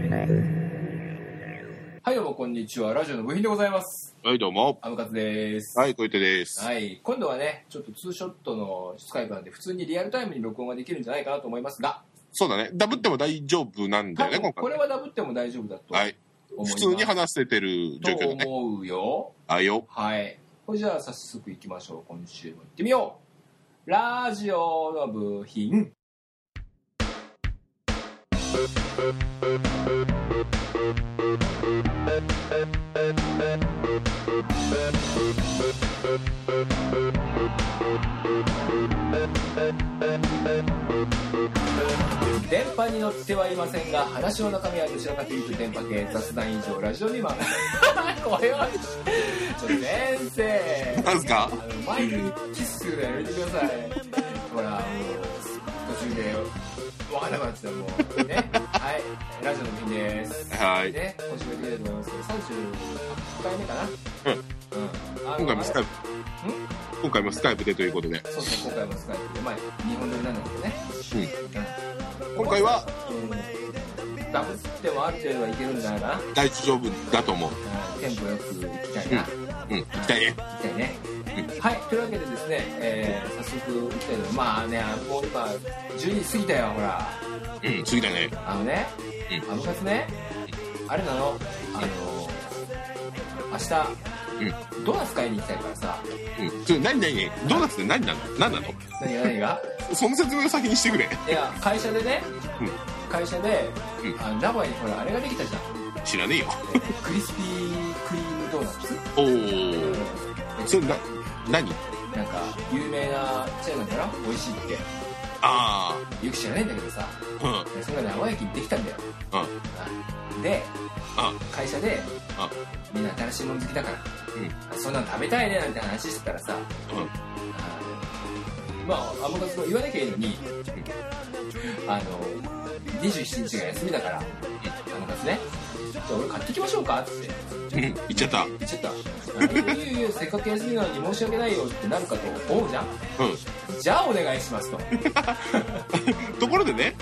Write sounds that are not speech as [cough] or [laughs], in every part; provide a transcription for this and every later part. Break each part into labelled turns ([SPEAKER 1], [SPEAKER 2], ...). [SPEAKER 1] はい、どうも、こんにちは。ラジオの部品でございます。
[SPEAKER 2] はい、どうも。
[SPEAKER 1] アムカツです。
[SPEAKER 2] はい、小池です。
[SPEAKER 1] はい。今度はね、ちょっとツーショットのスカイプなんで、普通にリアルタイムに録音ができるんじゃないかなと思いますが、
[SPEAKER 2] そうだね。ダブっても大丈夫なん
[SPEAKER 1] 多
[SPEAKER 2] だよね、
[SPEAKER 1] 分
[SPEAKER 2] 今
[SPEAKER 1] こ
[SPEAKER 2] 回
[SPEAKER 1] れ
[SPEAKER 2] ね。
[SPEAKER 1] はダブっても大丈夫だと思
[SPEAKER 2] はい。
[SPEAKER 1] いま
[SPEAKER 2] 普
[SPEAKER 1] す。
[SPEAKER 2] 通に話せてる状況だね。
[SPEAKER 1] と思うよ。
[SPEAKER 2] あよ。
[SPEAKER 1] はい。これじゃあ早速行きましょう。今週も行ってみよう。ラジオの部品。電波に乗ってはいませんが話の中身はどちらかというと電波系雑談以上ラジオ未満これはちょ先生
[SPEAKER 2] なんすか
[SPEAKER 1] あのマイクにキスするのやめてくださいほらもう途中で分からなくなっちゃったもうねはいラジオの部品です
[SPEAKER 2] はい。
[SPEAKER 1] ね今週もやっていきたいと思います38回目かなうん、あの
[SPEAKER 2] 今回もスカイプ。今回もスカイプでということで。
[SPEAKER 1] そうそう今回もスカイプでまあ日本撮りなんだけどね
[SPEAKER 2] うん今回は
[SPEAKER 1] うんダブってもある程度はいけるんだな、
[SPEAKER 2] 大丈夫だと思う。
[SPEAKER 1] うんテンポよくいきたいな、
[SPEAKER 2] うん。行きたいね。
[SPEAKER 1] 行きたいね、はいというわけでですね、えー、早速行きたいと思いますまあねもう今12時過ぎたよほら
[SPEAKER 2] うん。次だね。
[SPEAKER 1] あのね、
[SPEAKER 2] うん
[SPEAKER 1] あのかつねあれなのあの明日、ドーナツ買いに行きたいからさ
[SPEAKER 2] うん。ちょ、何何ドーナツって何なの何なの
[SPEAKER 1] 何が何が
[SPEAKER 2] その説明を先にしてくれ。
[SPEAKER 1] いや会社でね、
[SPEAKER 2] うん
[SPEAKER 1] 会社で、
[SPEAKER 2] うん
[SPEAKER 1] あの名古屋にほらあれができたじゃん
[SPEAKER 2] 知らねえよ。
[SPEAKER 1] えークリスピークリームドーナツ
[SPEAKER 2] おー。それな、何
[SPEAKER 1] なんか有名なチェーンなんだろ美味しいって
[SPEAKER 2] あ
[SPEAKER 1] よく知らないんだけどさ
[SPEAKER 2] ー。
[SPEAKER 1] それが名古屋駅にできたんだよ
[SPEAKER 2] うん。うん。
[SPEAKER 1] で
[SPEAKER 2] あ
[SPEAKER 1] 会社で
[SPEAKER 2] あ
[SPEAKER 1] みんな新しいもの好きだから、そんなの食べたいねなんて話してたらさ、
[SPEAKER 2] うん
[SPEAKER 1] あのまあアボカドも言わなきゃいいのに、あの27日が休みだから、アボカドねじゃあ俺買ってきましょうかって
[SPEAKER 2] うん。行っちゃった。
[SPEAKER 1] 言っちゃった「いやいやいやせっかく休みなのに申し訳ないよ」ってなるかと思うじゃん
[SPEAKER 2] う
[SPEAKER 1] じゃあお願いしますと、うん、
[SPEAKER 2] ん。ところでね、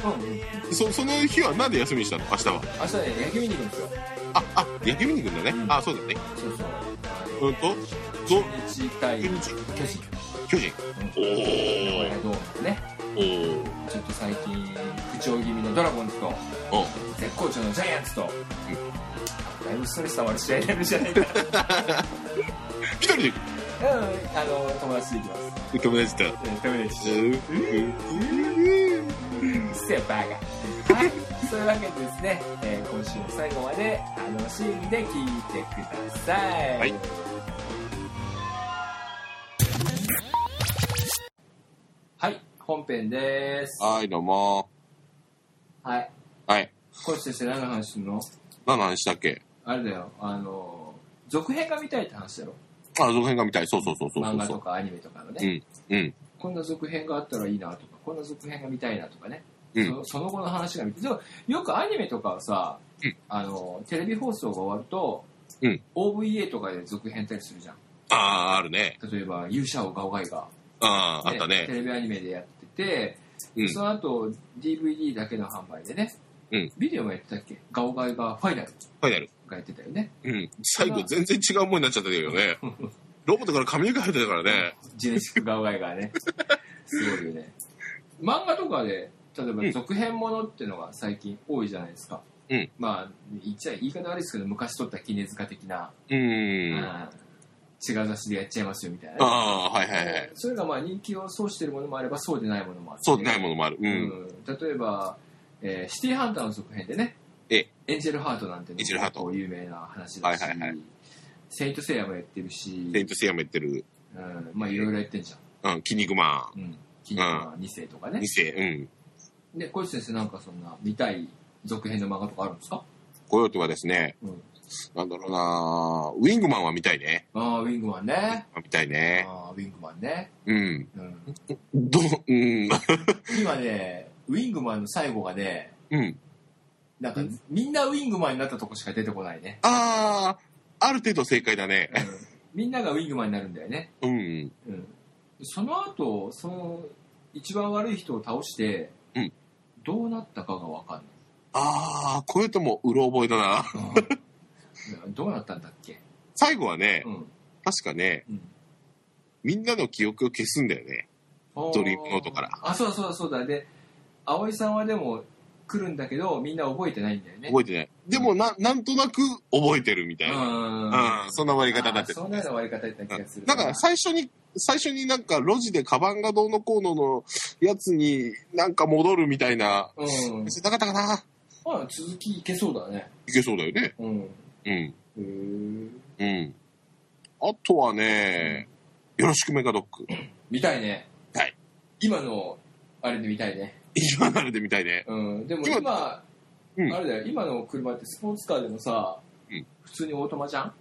[SPEAKER 1] 明
[SPEAKER 2] そ、その日はなんで休みにしたの明日は。
[SPEAKER 1] 日ね野球見に行くんですよ
[SPEAKER 2] あ、あ、野球見に行くんだね。あ、そうだね。
[SPEAKER 1] そうそうあ
[SPEAKER 2] うんと、ぞ、
[SPEAKER 1] の日対
[SPEAKER 2] 巨
[SPEAKER 1] 巨
[SPEAKER 2] 人
[SPEAKER 1] 人
[SPEAKER 2] 巨人。お
[SPEAKER 1] これ
[SPEAKER 2] ー
[SPEAKER 1] どうもね
[SPEAKER 2] おー
[SPEAKER 1] ちょっと最近不調気味のドラゴンズと
[SPEAKER 2] お
[SPEAKER 1] 絶好調のジャイアンツと、だいぶストレス溜まる試合になるんじゃないか
[SPEAKER 2] 一人
[SPEAKER 1] う
[SPEAKER 2] で
[SPEAKER 1] んあの友達で行きます
[SPEAKER 2] 友達と。
[SPEAKER 1] うん友達
[SPEAKER 2] う
[SPEAKER 1] で
[SPEAKER 2] ん
[SPEAKER 1] せえバカはいそういうわけでですね、えー今週も最後まで楽しんで聞いてください、
[SPEAKER 2] はい
[SPEAKER 1] はい本編です
[SPEAKER 2] はい、どうも。
[SPEAKER 1] はい
[SPEAKER 2] はい。
[SPEAKER 1] これ先生何の話するの
[SPEAKER 2] 何の話だっけ
[SPEAKER 1] あれだよあの続編が見たいって話だろ
[SPEAKER 2] あ、続編が見たい。そうそうそうそうそう。
[SPEAKER 1] 漫画とかアニメとかのね、
[SPEAKER 2] うん。うん。
[SPEAKER 1] こんな続編があったらいいなとかこんな続編が見たいなとかね、
[SPEAKER 2] うん
[SPEAKER 1] そのその後の話が見てでもよくアニメとかはさ、
[SPEAKER 2] うん
[SPEAKER 1] あのテレビ放送が終わると、
[SPEAKER 2] うん
[SPEAKER 1] OVA とかで続編ったりするじゃん
[SPEAKER 2] ああ、あるね。
[SPEAKER 1] 例えば「勇者をガオガイが」
[SPEAKER 2] ああ、あった
[SPEAKER 1] テ
[SPEAKER 2] ね。
[SPEAKER 1] レビアニメでやってて、
[SPEAKER 2] うん
[SPEAKER 1] その後 DVD だけの販売でね、
[SPEAKER 2] うん
[SPEAKER 1] ビデオもやってたっけガオガイがファイナル
[SPEAKER 2] ファイナル。
[SPEAKER 1] がやってたよね
[SPEAKER 2] うん。最後全然違うものになっちゃったけど [laughs] ね。ロボットから髪の毛生えてたからね。
[SPEAKER 1] ジェネシックガオガイがねすごいよね漫画とかで例え
[SPEAKER 2] う
[SPEAKER 1] ば
[SPEAKER 2] ん
[SPEAKER 1] 続編ものっていうのが最近多いじゃないですか、
[SPEAKER 2] うん
[SPEAKER 1] まあ言っちゃ言い方悪いですけど昔撮った絹塚的な、う
[SPEAKER 2] う。
[SPEAKER 1] ん
[SPEAKER 2] あ
[SPEAKER 1] 違う雑誌でやっちゃいますよみたいなね
[SPEAKER 2] あー、はいはいはい。
[SPEAKER 1] それがまあ人気をそうしてるものもあればそうでないものもある
[SPEAKER 2] そうでないものもある。うん。
[SPEAKER 1] うん例えば、えーシティーハンターの続編でね、
[SPEAKER 2] ええ
[SPEAKER 1] エンジェルハートなんて
[SPEAKER 2] エンジェルハート
[SPEAKER 1] こう有名な話だし、
[SPEAKER 2] はいはいはい
[SPEAKER 1] セイントセイヤもやってるし
[SPEAKER 2] セイ、ントセイヤもやってる。
[SPEAKER 1] うん、まあいろいろやってんじ
[SPEAKER 2] うん。筋肉マ
[SPEAKER 1] ゃん。うん。キングマン2世とか
[SPEAKER 2] ン。
[SPEAKER 1] ね
[SPEAKER 2] 二。世。うん。
[SPEAKER 1] で、小石先生なんかそんな見たい続編の漫画とかあるんですか
[SPEAKER 2] コヨーテはですね、
[SPEAKER 1] うん
[SPEAKER 2] なんだろうなウィングマンは見たいね。
[SPEAKER 1] ああ、ウィングマンね。
[SPEAKER 2] 見たいね。
[SPEAKER 1] ああ、ウィングマンね。
[SPEAKER 2] うん。
[SPEAKER 1] うん、
[SPEAKER 2] ど、うん。
[SPEAKER 1] 今ね、ウィングマンの最後がね、
[SPEAKER 2] うん。
[SPEAKER 1] なんかみんなウィングマンになったとこしか出てこないね。
[SPEAKER 2] あー、ある程度正解だね
[SPEAKER 1] う。ん、みんながウィングマンになるんだよね。
[SPEAKER 2] うん。
[SPEAKER 1] うんその後その一番悪い人を倒して、
[SPEAKER 2] うん [laughs]
[SPEAKER 1] どうなったかが分かんない
[SPEAKER 2] ああ、これともうろ覚えだな。
[SPEAKER 1] うんどうなったんだっけ
[SPEAKER 2] 最後はね、
[SPEAKER 1] うん。
[SPEAKER 2] 確かね、
[SPEAKER 1] うん
[SPEAKER 2] みんなの記憶を消すんだよね。ドリームノートから
[SPEAKER 1] あ、そうだそうだそうだ。で、葵さんはでも来るんだけど、みんな覚えてないんだよね。
[SPEAKER 2] 覚えてない。でもな、なんとなく覚えてるみたいな。
[SPEAKER 1] うん。
[SPEAKER 2] うん、そんな終わり方だってた
[SPEAKER 1] あそんなような終わり方だった気がする。
[SPEAKER 2] だから最初に、最初になんか路地でカバンがどうのこうののやつになんか戻るみたいな。
[SPEAKER 1] うん。
[SPEAKER 2] なかったかな
[SPEAKER 1] まあ、続きいけそうだね。
[SPEAKER 2] いけそうだよね。
[SPEAKER 1] うん。へ
[SPEAKER 2] うん。
[SPEAKER 1] え。
[SPEAKER 2] うん。あとはね、よろしくメガドック。
[SPEAKER 1] 見たいね。
[SPEAKER 2] はい。
[SPEAKER 1] 今の、あれで見たいね。
[SPEAKER 2] 今なるでみたいね。
[SPEAKER 1] うん。でも
[SPEAKER 2] 今
[SPEAKER 1] 今、
[SPEAKER 2] うん
[SPEAKER 1] あれだよ、今の車ってスポーツカーでもさ、
[SPEAKER 2] うん
[SPEAKER 1] 普通にオートマじゃん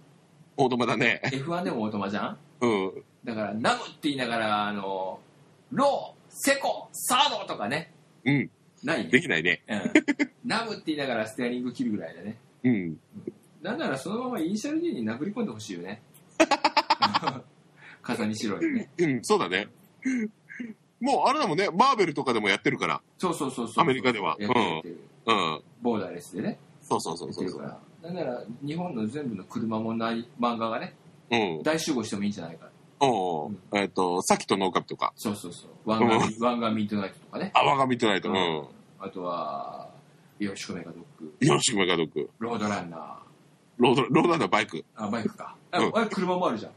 [SPEAKER 2] オートマだね。
[SPEAKER 1] ?F1 でもオートマじゃん
[SPEAKER 2] うん。
[SPEAKER 1] だから、ナムって言いながら、あの、ロー、セコ、サードとかね。
[SPEAKER 2] うん。
[SPEAKER 1] ないね
[SPEAKER 2] で。きないね。 [laughs]
[SPEAKER 1] うん。ナムって言いながらステアリング切るぐらいだね。
[SPEAKER 2] うん。
[SPEAKER 1] なんならそのままイニシャル D に殴り込んでほしいよね。 [laughs] 風見しろにね。
[SPEAKER 2] うん、そうだね。もうあれだもんね、マーベルとかでもやってるから。
[SPEAKER 1] そうそうそうそう。
[SPEAKER 2] アメリカでは
[SPEAKER 1] やってるやってる
[SPEAKER 2] うん。
[SPEAKER 1] ボーダーレスでね。
[SPEAKER 2] そうそうそ
[SPEAKER 1] や
[SPEAKER 2] う
[SPEAKER 1] って
[SPEAKER 2] そう
[SPEAKER 1] る。から。なんなら日本の全部の車もない漫画がね、
[SPEAKER 2] うん。
[SPEAKER 1] 大集合してもいいんじゃないか。
[SPEAKER 2] おうえっ、と、さっきとノーカピとか、
[SPEAKER 1] そうそうそう。ワンガン、ワンガンミッドナイトとかね。
[SPEAKER 2] あわが見てないと。うん。
[SPEAKER 1] あとは、よろしくメガドッグ、
[SPEAKER 2] よろしくメガドック。
[SPEAKER 1] ロードランナー、
[SPEAKER 2] ロード、ロードランナーバイク。
[SPEAKER 1] あ、バイクか。あ、
[SPEAKER 2] うん
[SPEAKER 1] あれ車もあるじゃん。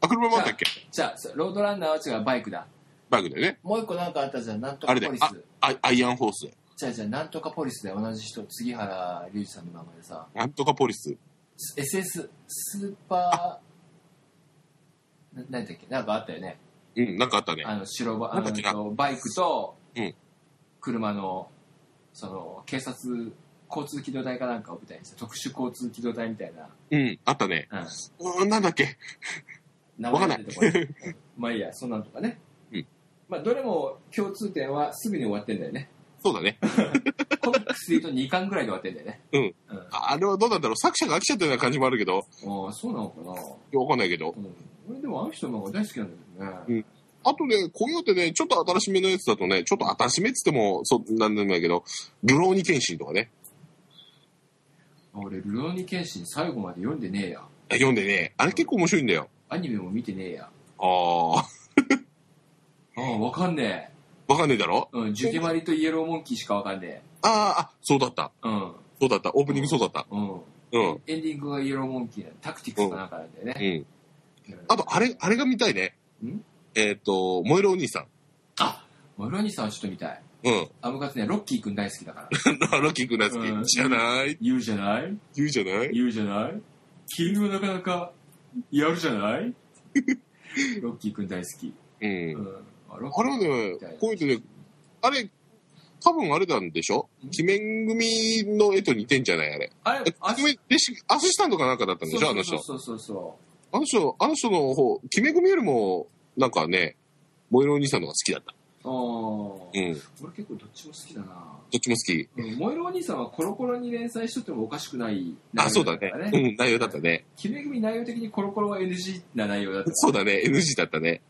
[SPEAKER 2] あ、車もあったっけ
[SPEAKER 1] じゃあ、ロードランナーは違う、バイクだ。
[SPEAKER 2] バイクだよね。
[SPEAKER 1] もう一個なんかあったじゃん、なんと
[SPEAKER 2] あ
[SPEAKER 1] か
[SPEAKER 2] れだ
[SPEAKER 1] ポ
[SPEAKER 2] よ
[SPEAKER 1] リ。
[SPEAKER 2] あ
[SPEAKER 1] ス。
[SPEAKER 2] あ、アイアンホース。
[SPEAKER 1] じゃあじゃあ、なんとかポリスで同じ人、杉原隆二さんの漫画でさ、
[SPEAKER 2] なんとかポリス。
[SPEAKER 1] SS、スーパー、ななんだっけ、なんかあったよね。
[SPEAKER 2] うん、なんかあったね。
[SPEAKER 1] あの、白バあ
[SPEAKER 2] なんか違う
[SPEAKER 1] のバイクと
[SPEAKER 2] うん、
[SPEAKER 1] 車の、その、警察、交通機動隊かなんかを舞台にした特殊交通機動隊みたいな。
[SPEAKER 2] うん、あったね。
[SPEAKER 1] うん
[SPEAKER 2] うん、なんだっけ
[SPEAKER 1] 名
[SPEAKER 2] わかん
[SPEAKER 1] 前
[SPEAKER 2] な
[SPEAKER 1] が
[SPEAKER 2] い
[SPEAKER 1] 出てこない。うんまあいいや、そんなんとかね。
[SPEAKER 2] うん
[SPEAKER 1] まあ、どれも共通点はすぐに終わってんだよ
[SPEAKER 2] [laughs]
[SPEAKER 1] ね。
[SPEAKER 2] そうだね。
[SPEAKER 1] コミックスで言うと2巻ぐらいで終わってんだよね。
[SPEAKER 2] うん。
[SPEAKER 1] うん。
[SPEAKER 2] ああれはどうなんだろう作者が飽きちゃったような感じもあるけど、
[SPEAKER 1] ああ、そうなのかな。
[SPEAKER 2] わかんないけど。
[SPEAKER 1] うん、俺でもあの人の方が大好きなんだよね。
[SPEAKER 2] うんあとね、こういうってね、ちょっと新しめのやつだとね、ちょっと新しめっつっても、そう、なんでもないけど、ルローニケンシンとかね。
[SPEAKER 1] 俺、ルローニケンシン最後まで読んでねえや。
[SPEAKER 2] え読んでね、あれ結構面白いんだよ。
[SPEAKER 1] アニメも見てねえや。
[SPEAKER 2] あ
[SPEAKER 1] ああ、わかんねえ。
[SPEAKER 2] あ、わかんねえだろ
[SPEAKER 1] うん、ジュケマリとイエローモンキーしかわかんね
[SPEAKER 2] ああ、あ、そうだった。
[SPEAKER 1] え。うん、
[SPEAKER 2] そうだった。オープニングそうだった。
[SPEAKER 1] うん。
[SPEAKER 2] うん。
[SPEAKER 1] エンディングがイエローモンキーなタクティクスかなんかなんだよ
[SPEAKER 2] う
[SPEAKER 1] ね。
[SPEAKER 2] ん。
[SPEAKER 1] うん
[SPEAKER 2] あと、あれ、あれが見たいね。
[SPEAKER 1] ん
[SPEAKER 2] えっ、と、燃えるお兄さん。
[SPEAKER 1] あ、マルアニさんはちょっと見たい。
[SPEAKER 2] うん。
[SPEAKER 1] あ、昔ね、ロッキーくん大好きだから。
[SPEAKER 2] ロッキーくん大好
[SPEAKER 1] うん
[SPEAKER 2] き。じゃない
[SPEAKER 1] 言うじゃない
[SPEAKER 2] 言うじゃない
[SPEAKER 1] 言うじゃない君もなかなかやるじゃない
[SPEAKER 2] [laughs]
[SPEAKER 1] ロッキーくん大好き。
[SPEAKER 2] うん
[SPEAKER 1] う。ん。あロッキー
[SPEAKER 2] あれはね
[SPEAKER 1] みたいな、
[SPEAKER 2] こういうのね、あれ、多分あれなんでしょ鬼面組の絵と似てんじゃないあれ。
[SPEAKER 1] あ
[SPEAKER 2] え
[SPEAKER 1] れ、あ
[SPEAKER 2] 鬼面弟子、アシスタントかなんかだったんでしょあの
[SPEAKER 1] そう
[SPEAKER 2] 人。
[SPEAKER 1] そうそうそう。
[SPEAKER 2] あの人、あの人の方、鬼面組よりも、なんかね、燃えるお兄さんの方が好きだった。
[SPEAKER 1] ああ、
[SPEAKER 2] う
[SPEAKER 1] 俺
[SPEAKER 2] ん。ど
[SPEAKER 1] 結構どっちも好きだな。
[SPEAKER 2] っちも好き。
[SPEAKER 1] うん燃えるお兄さんはコロコロに連載しとってもおかしくない
[SPEAKER 2] あ、そうだ
[SPEAKER 1] った
[SPEAKER 2] ね
[SPEAKER 1] から。
[SPEAKER 2] うん、内容だったね。
[SPEAKER 1] 決め組内容的にコロコロは NG な内容だった。
[SPEAKER 2] そうだね、NG だったね。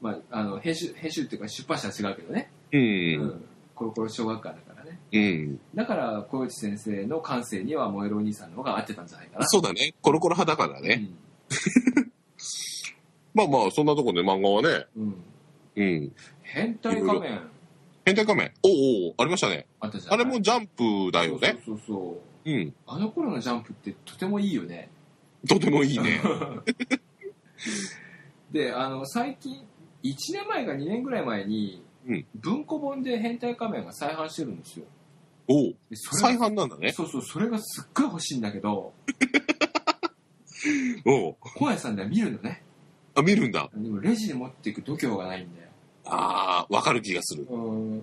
[SPEAKER 1] まあ、あの編集、編集っていうか出版社は違うけどね。
[SPEAKER 2] う。
[SPEAKER 1] うんコロコロ小学館だからね。
[SPEAKER 2] うん。
[SPEAKER 1] だから、小内先生の感性には燃えるお兄さんの方が合ってたんじゃないかな。
[SPEAKER 2] そうだね、コロコロ派だから
[SPEAKER 1] う
[SPEAKER 2] ね。
[SPEAKER 1] ん
[SPEAKER 2] まあまあ、そんなとこで漫画はね、
[SPEAKER 1] うん。
[SPEAKER 2] うん。
[SPEAKER 1] 変態仮面
[SPEAKER 2] 変態仮面。おうおうありましたね。
[SPEAKER 1] あったじゃん。
[SPEAKER 2] あれもジャンプだよね。
[SPEAKER 1] そうそうそうそう。
[SPEAKER 2] うん。
[SPEAKER 1] あの頃のジャンプってとてもいいよね。
[SPEAKER 2] とてもいい
[SPEAKER 1] [laughs]
[SPEAKER 2] ね。
[SPEAKER 1] であの最近1年前か2年ぐらい前に、
[SPEAKER 2] うん
[SPEAKER 1] 文庫本で変態仮面が再販してるんですよ
[SPEAKER 2] おう
[SPEAKER 1] でそ
[SPEAKER 2] 再
[SPEAKER 1] れ
[SPEAKER 2] 販なんだね。
[SPEAKER 1] そうそうそれがすっごい欲しいんだけど
[SPEAKER 2] おう
[SPEAKER 1] 本屋さんでは見るのね
[SPEAKER 2] あ、見るんだ。
[SPEAKER 1] でもレジに持っていく度胸がないんで
[SPEAKER 2] ああ、わかる気がする。
[SPEAKER 1] うん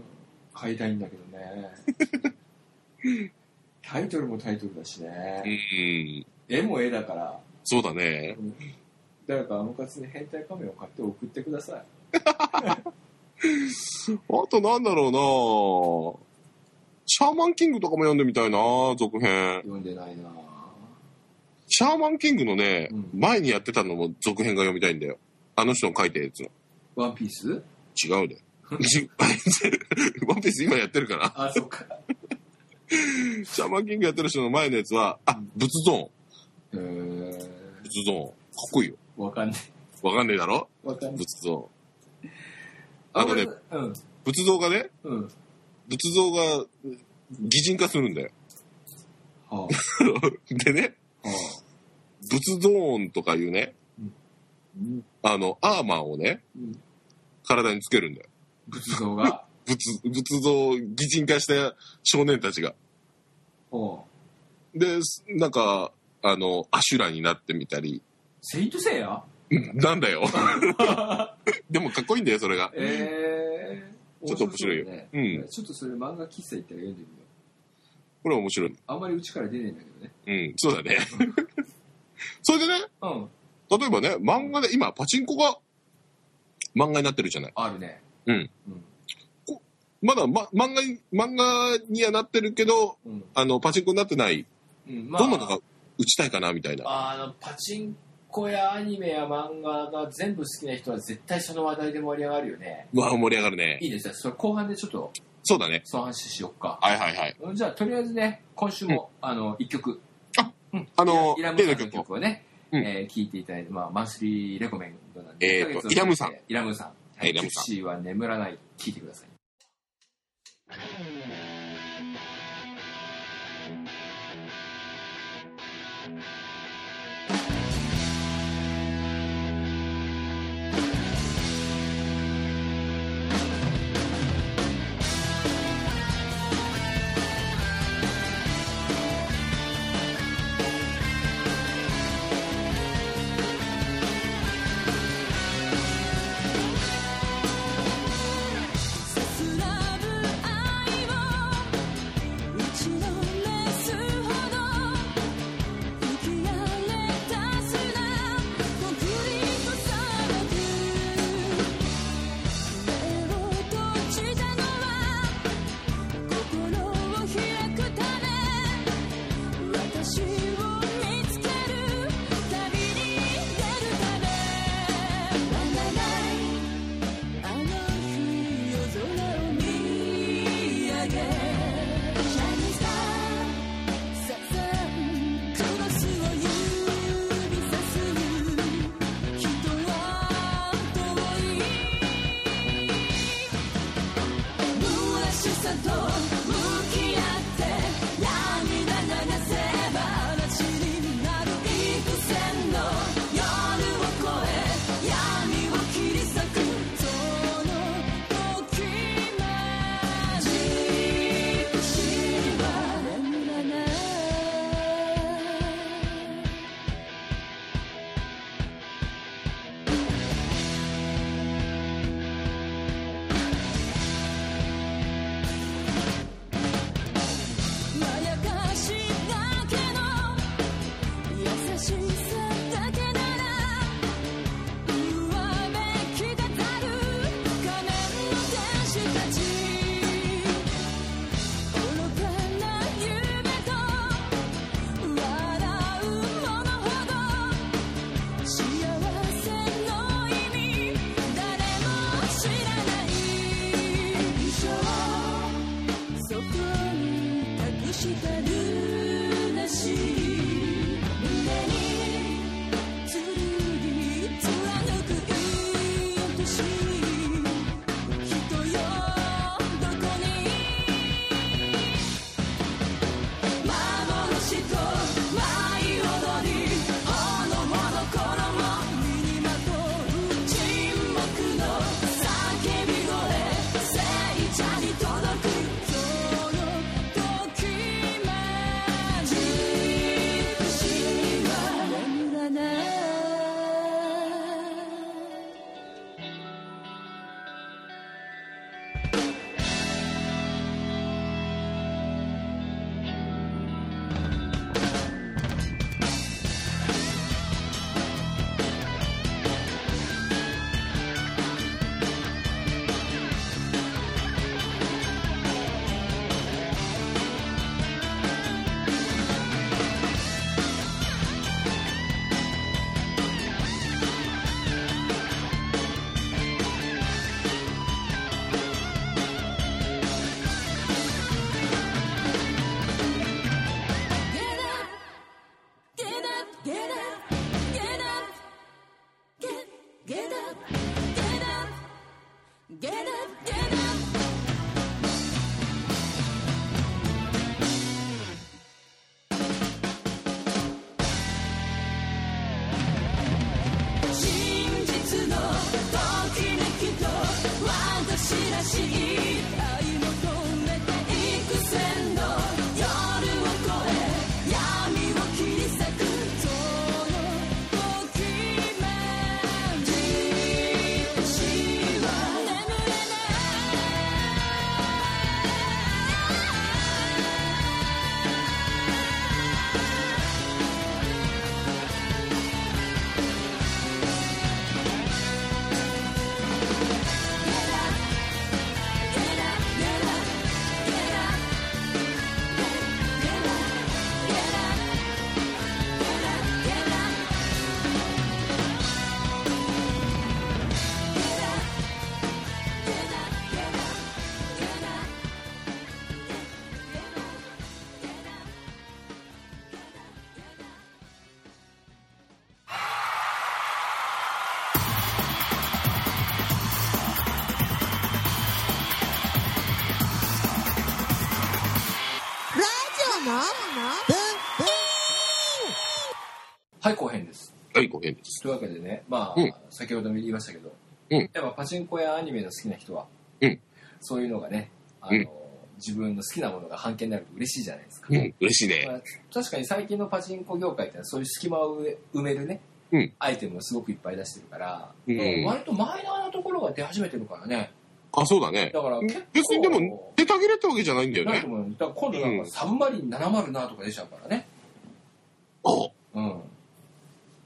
[SPEAKER 1] 買いたいんだけど
[SPEAKER 2] [laughs]
[SPEAKER 1] ねタイトルもタイトルだし
[SPEAKER 2] う
[SPEAKER 1] ね、
[SPEAKER 2] ん。
[SPEAKER 1] 絵も絵だから、
[SPEAKER 2] そうだね。
[SPEAKER 1] うん誰かアムカツに変態仮面を買って送ってください
[SPEAKER 2] あとなんだろうなシャーマンキングとかも読んでみたいな続編。
[SPEAKER 1] 読んでないなぁ
[SPEAKER 2] シャーマンキングのね、
[SPEAKER 1] うん
[SPEAKER 2] 前にやってたのも続編が読みたいんだよ。あの人の書いたやつの。
[SPEAKER 1] ワンピース
[SPEAKER 2] [laughs]
[SPEAKER 1] [laughs]
[SPEAKER 2] [laughs] 違うで。じワンピース今やってるから。
[SPEAKER 1] あそっか
[SPEAKER 2] シャーマンキングやってる人の前のやつは、あ、仏像。
[SPEAKER 1] うーん。
[SPEAKER 2] 仏像。かっこいいよ。
[SPEAKER 1] わかんない。
[SPEAKER 2] わかんねえだろ
[SPEAKER 1] わかんない。
[SPEAKER 2] 仏像。あとね、
[SPEAKER 1] うん。
[SPEAKER 2] 仏像がね、
[SPEAKER 1] うん。
[SPEAKER 2] 仏像が擬人化するんだよ。 [laughs]
[SPEAKER 1] [laughs] は
[SPEAKER 2] でね、
[SPEAKER 1] あ。は
[SPEAKER 2] 仏像音とかいうね
[SPEAKER 1] うん、
[SPEAKER 2] あの、アーマーをね
[SPEAKER 1] うん、
[SPEAKER 2] 体につけるんだよ。
[SPEAKER 1] あ。仏像 [laughs] が。
[SPEAKER 2] 仏、仏像を擬人化した少年たちが。
[SPEAKER 1] はあ。
[SPEAKER 2] で、なんか、あの、アシュラになってみたり、
[SPEAKER 1] セイントセイヤ
[SPEAKER 2] なんだよ。
[SPEAKER 1] [laughs]
[SPEAKER 2] でもかっこいいんだよ、それが。
[SPEAKER 1] ええー。
[SPEAKER 2] ちょっと面白いよ
[SPEAKER 1] 面
[SPEAKER 2] う
[SPEAKER 1] 白いね
[SPEAKER 2] ん。
[SPEAKER 1] ちょっとそれ漫画喫茶行ったら読んでみよう。
[SPEAKER 2] これは面白い。
[SPEAKER 1] あんまりうちから出ねえんだけどね。
[SPEAKER 2] うん、そう
[SPEAKER 1] [laughs]
[SPEAKER 2] だね。それでね、
[SPEAKER 1] うん。
[SPEAKER 2] 例えばね、漫画で、今、パチンコが漫画になってるじゃない。
[SPEAKER 1] あるね。
[SPEAKER 2] うん。
[SPEAKER 1] うん。
[SPEAKER 2] まだ、ま、漫画に、漫画にはなってるけど、
[SPEAKER 1] うん。
[SPEAKER 2] あの、パチンコになってない、
[SPEAKER 1] うん。まあ、
[SPEAKER 2] どんなのが打ちたいかな、みたいな。
[SPEAKER 1] あの、パチンコやアニメや漫画が全部好きな人は絶対その話題で盛り上がるよね。
[SPEAKER 2] うわあ、盛り上がるね。
[SPEAKER 1] いいですね。それ後半でちょっと、
[SPEAKER 2] そうだね。
[SPEAKER 1] その話しよっか。
[SPEAKER 2] はいはいはい。
[SPEAKER 1] じゃあ、とりあえずね、今週も、あの、一曲。
[SPEAKER 2] あの
[SPEAKER 1] イラ、ム
[SPEAKER 2] 例
[SPEAKER 1] さ
[SPEAKER 2] の
[SPEAKER 1] んの
[SPEAKER 2] 曲を。
[SPEAKER 1] 曲をね、
[SPEAKER 2] うん
[SPEAKER 1] えー聴いていただいて、まあ、マンスリーレコメンドなんで、
[SPEAKER 2] えーと
[SPEAKER 1] 一ヶ月を
[SPEAKER 2] イラムさん
[SPEAKER 1] 通して。イラムさん。
[SPEAKER 2] はいイラムさん
[SPEAKER 1] ジプシーは眠らない。聴いてください。
[SPEAKER 3] 「さすらぶ愛を打ちのめすほど」「浮き荒れた砂もぐりとさばく」「目を閉じたのは心を開くため」「私を見つける旅に出るため」「まない」「あの日夜空を見上げ」「シャンパンキング」「シャニスター」「サザン」「クロスを指さす」「人は遠い」「虚しさと向き合って」「涙流せば話になる」「幾千の夜を越え」闇を切り裂くそのときめきジプシーは眠らないまやかしだけの優しさだけなら上べきたたる仮面の天使たち愚かな夢と笑うものほど幸せの意味誰も知らない衣装そこに託したルナシー胸に「つるり貫く愛しい」「人よどこに」「幻と舞い踊り」「ほのほの衣」「身にまとう沈黙の叫び声」「聖者に届く」「そのときまじくしは眠らない」「 Get up, get up, get, get up, get up, get up, get up. 真実のときめきと私らしい愛求めて幾千の夜を越え闇を切り裂くそのときめき私は眠れない
[SPEAKER 4] ラジオの
[SPEAKER 1] はい、後編です。
[SPEAKER 2] はい、ごめんです。
[SPEAKER 1] というわけでね、まあ、
[SPEAKER 2] うん
[SPEAKER 1] 先ほども言いましたけど、
[SPEAKER 2] うん
[SPEAKER 1] やっぱパチンコやアニメの好きな人は、
[SPEAKER 2] うん
[SPEAKER 1] そういうのがね、あの、
[SPEAKER 2] うん
[SPEAKER 1] 自分の好きなものが半券になると嬉しいじゃないですか。
[SPEAKER 2] うん、嬉しい
[SPEAKER 1] ま
[SPEAKER 2] ね。
[SPEAKER 1] あ確かに最近のパチンコ業界ってのはそういう隙間を埋め埋めるね、
[SPEAKER 2] うん
[SPEAKER 1] アイテムをすごくいっぱい出してるから、
[SPEAKER 2] うん
[SPEAKER 1] 割とマイナーなところが出始めてるからね。
[SPEAKER 2] あ、そうだね。
[SPEAKER 1] だから結構
[SPEAKER 2] 別にでも、出たげれたわけじゃないんだよ
[SPEAKER 1] ないと
[SPEAKER 2] ね。
[SPEAKER 1] 思うよだから今度なんか3077とか出ちゃうからね。
[SPEAKER 2] あ、
[SPEAKER 1] うん。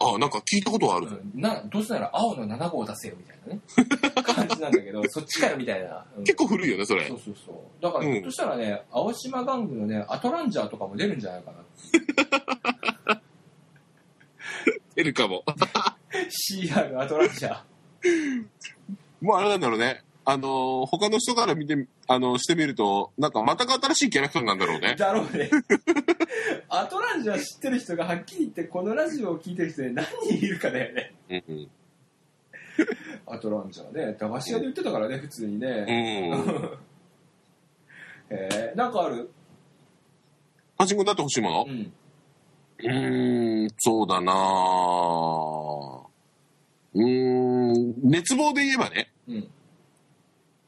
[SPEAKER 2] あ、なんか聞いたことはある。
[SPEAKER 1] うんなどうせなら青の7号出せよみたいな
[SPEAKER 2] [laughs]
[SPEAKER 1] ね感じなんだけどそっちからみたいな、うん
[SPEAKER 2] 結構古いよね、それ
[SPEAKER 1] そ。うそうそうだから
[SPEAKER 2] うん
[SPEAKER 1] ひょっとしたらね、青島玩具のねアトランジャーとかも出るんじゃないかな
[SPEAKER 2] 出るかも。
[SPEAKER 1] CR アトランジャー
[SPEAKER 2] もうあれなんだろうね。あのー、他の人から見て、あのー、してみると、なんか全く新しいキャラクターなんだろうね。
[SPEAKER 1] だろう
[SPEAKER 2] [laughs]
[SPEAKER 1] ねアトランジャー知ってる人がはっきり言ってこのラジオを聞いてる人で何人いるかだよね
[SPEAKER 2] うん
[SPEAKER 1] アトランジャーね駄菓子屋で売ってたからね普通に
[SPEAKER 2] う
[SPEAKER 1] ね、
[SPEAKER 2] ん。うん。
[SPEAKER 1] えー、なんかある
[SPEAKER 2] パチンコだって欲しいもの
[SPEAKER 1] うん
[SPEAKER 2] うーん、そうだなぁうーん、熱望で言えばね、
[SPEAKER 1] うん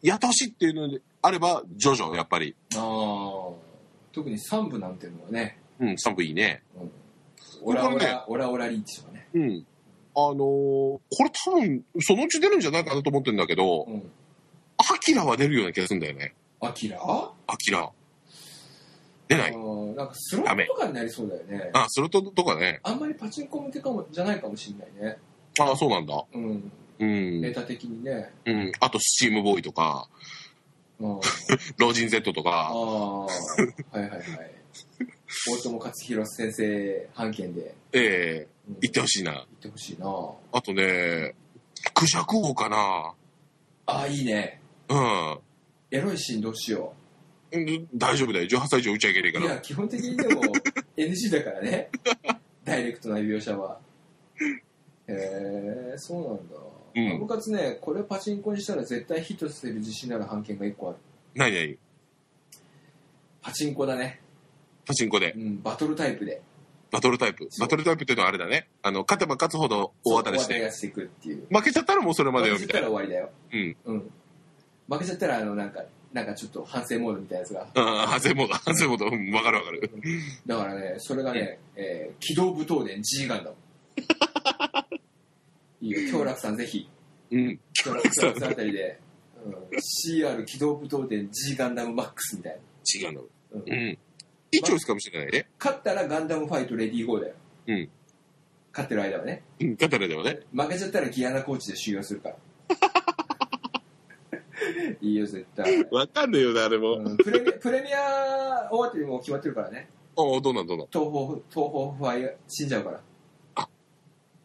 [SPEAKER 2] やとしっていうのであれば、ジョジョ、やっぱり。
[SPEAKER 1] ああ特に3部なんていうのはね
[SPEAKER 2] うん、3部いいね。
[SPEAKER 1] うんオラオ
[SPEAKER 2] 僕はね
[SPEAKER 1] ラ、オラオラリーチとかね。
[SPEAKER 2] うん。あのーこれ多分、そのうち出るんじゃないかなと思ってんだけど、
[SPEAKER 1] うん。
[SPEAKER 2] アキラは出るような気がするんだよね。
[SPEAKER 1] アキラあ
[SPEAKER 2] アキラ。出ない。
[SPEAKER 1] ーなんかスロットとかになりそうだよね。
[SPEAKER 2] あ、それと、とかね。
[SPEAKER 1] あんまりパチンコ向けかも、じゃないかもしれないね。
[SPEAKER 2] あそうなんだ。
[SPEAKER 1] うん。
[SPEAKER 2] う
[SPEAKER 1] ネ
[SPEAKER 2] ん。
[SPEAKER 1] タ的にね。
[SPEAKER 2] うん。あと、スチームボーイとか、 [laughs]
[SPEAKER 1] うん。
[SPEAKER 2] 老人 Z と
[SPEAKER 1] ああ。
[SPEAKER 2] か、
[SPEAKER 1] はいはいはい。大友克弘先生、判件で。
[SPEAKER 2] ええ
[SPEAKER 1] うん
[SPEAKER 2] 行ってほしいな。
[SPEAKER 1] 行ってほしいな
[SPEAKER 2] あとね、クジャク王かな。
[SPEAKER 1] ああ、いいね。
[SPEAKER 2] うん
[SPEAKER 1] エロいシーンどうしよ
[SPEAKER 2] うん。大丈夫だよ。18歳以上打ちゃいけねえ
[SPEAKER 1] う。
[SPEAKER 2] か
[SPEAKER 1] いや、
[SPEAKER 2] ら。
[SPEAKER 1] 基本的にで
[SPEAKER 2] [laughs]
[SPEAKER 1] も NG だからね。ダイレクトな描写は。へえー、そうなんだ。
[SPEAKER 2] うん
[SPEAKER 1] 部活ね、これパチンコにしたら絶対ヒットする自信のある判件が1個ある。
[SPEAKER 2] ないない。
[SPEAKER 1] パチンコだね。
[SPEAKER 2] パチンコで
[SPEAKER 1] う。ん、バトルタイプで。
[SPEAKER 2] バトルタイプ。
[SPEAKER 1] そう
[SPEAKER 2] バトルタイプっていうのはあれだね。あの、勝てば勝つほど大当たりし
[SPEAKER 1] そう大
[SPEAKER 2] て。
[SPEAKER 1] がしていくっていう。
[SPEAKER 2] 負けちゃったらもうそれまでよ、
[SPEAKER 1] 負
[SPEAKER 2] み
[SPEAKER 1] けちゃ
[SPEAKER 2] た
[SPEAKER 1] ったら
[SPEAKER 2] いな。
[SPEAKER 1] 終わりだよ。
[SPEAKER 2] うん。
[SPEAKER 1] うん。負けちゃったら、あの、なんか、なんかちょっと反省モードみたいなやつが。
[SPEAKER 2] ああ、反省モード、反省モード。うん、わかるわかる。
[SPEAKER 1] だからね、それがね、えー、機動武闘伝 G ガ
[SPEAKER 2] [laughs]
[SPEAKER 1] ンだもん。いいよ、京楽さんぜひ、
[SPEAKER 2] うん。 [laughs]
[SPEAKER 1] 京楽さんあたりで、うん、CR 機動武闘伝 G ガンダムマックスみたいな。
[SPEAKER 2] 違うの。
[SPEAKER 1] う
[SPEAKER 2] うんん。いいチョイスかもしれないね。
[SPEAKER 1] 勝ったらガンダムファイトレディーゴーだよ。
[SPEAKER 2] うん。
[SPEAKER 1] 勝ってる間はね。
[SPEAKER 2] うん、勝ったらでもね。
[SPEAKER 1] 負けちゃったらギアナコーチで修行するから。 [laughs] いいよ、絶対。
[SPEAKER 2] わかんねえよな、あれも。
[SPEAKER 1] うんプレミプレミア終わってもう決まってるからね
[SPEAKER 2] おおどうなんどうなん。
[SPEAKER 1] 東方東方不敗が死んじゃうから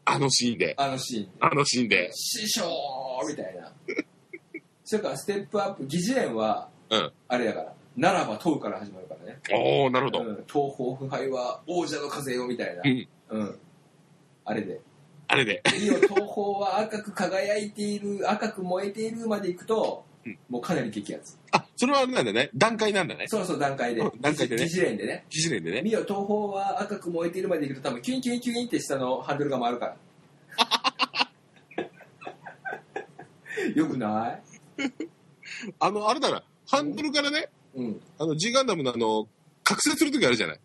[SPEAKER 2] あのシーンで。
[SPEAKER 1] あのシーンで
[SPEAKER 2] あのシーンで。
[SPEAKER 1] 師匠みたいなそれからステップアップ疑似連は
[SPEAKER 2] うん。
[SPEAKER 1] あれだからならば問うから始まるからね、
[SPEAKER 2] おおなるほど。
[SPEAKER 1] うん、東方不敗は王者の風よみたいな
[SPEAKER 2] うん。
[SPEAKER 1] うんあれで
[SPEAKER 2] あれで。
[SPEAKER 1] いいよ東宝は赤く輝いている [laughs] 赤く燃えているまでいくと、もうかなり激アツ
[SPEAKER 2] あ、それはあれなんだね。段階なんだね。
[SPEAKER 1] そろそろ段階で
[SPEAKER 2] うん段階でね
[SPEAKER 1] 疑似連でね
[SPEAKER 2] 自主練でね。
[SPEAKER 1] 見よ東宝は赤く燃えているまでいくと多分キュインキュインキュインって下のハンドルが回る
[SPEAKER 2] [laughs]
[SPEAKER 1] からよくない
[SPEAKER 2] あの、あれだな。ハンドルからね、
[SPEAKER 1] うん
[SPEAKER 2] あの、G ガンダムのあの、覚醒するときあるじゃない。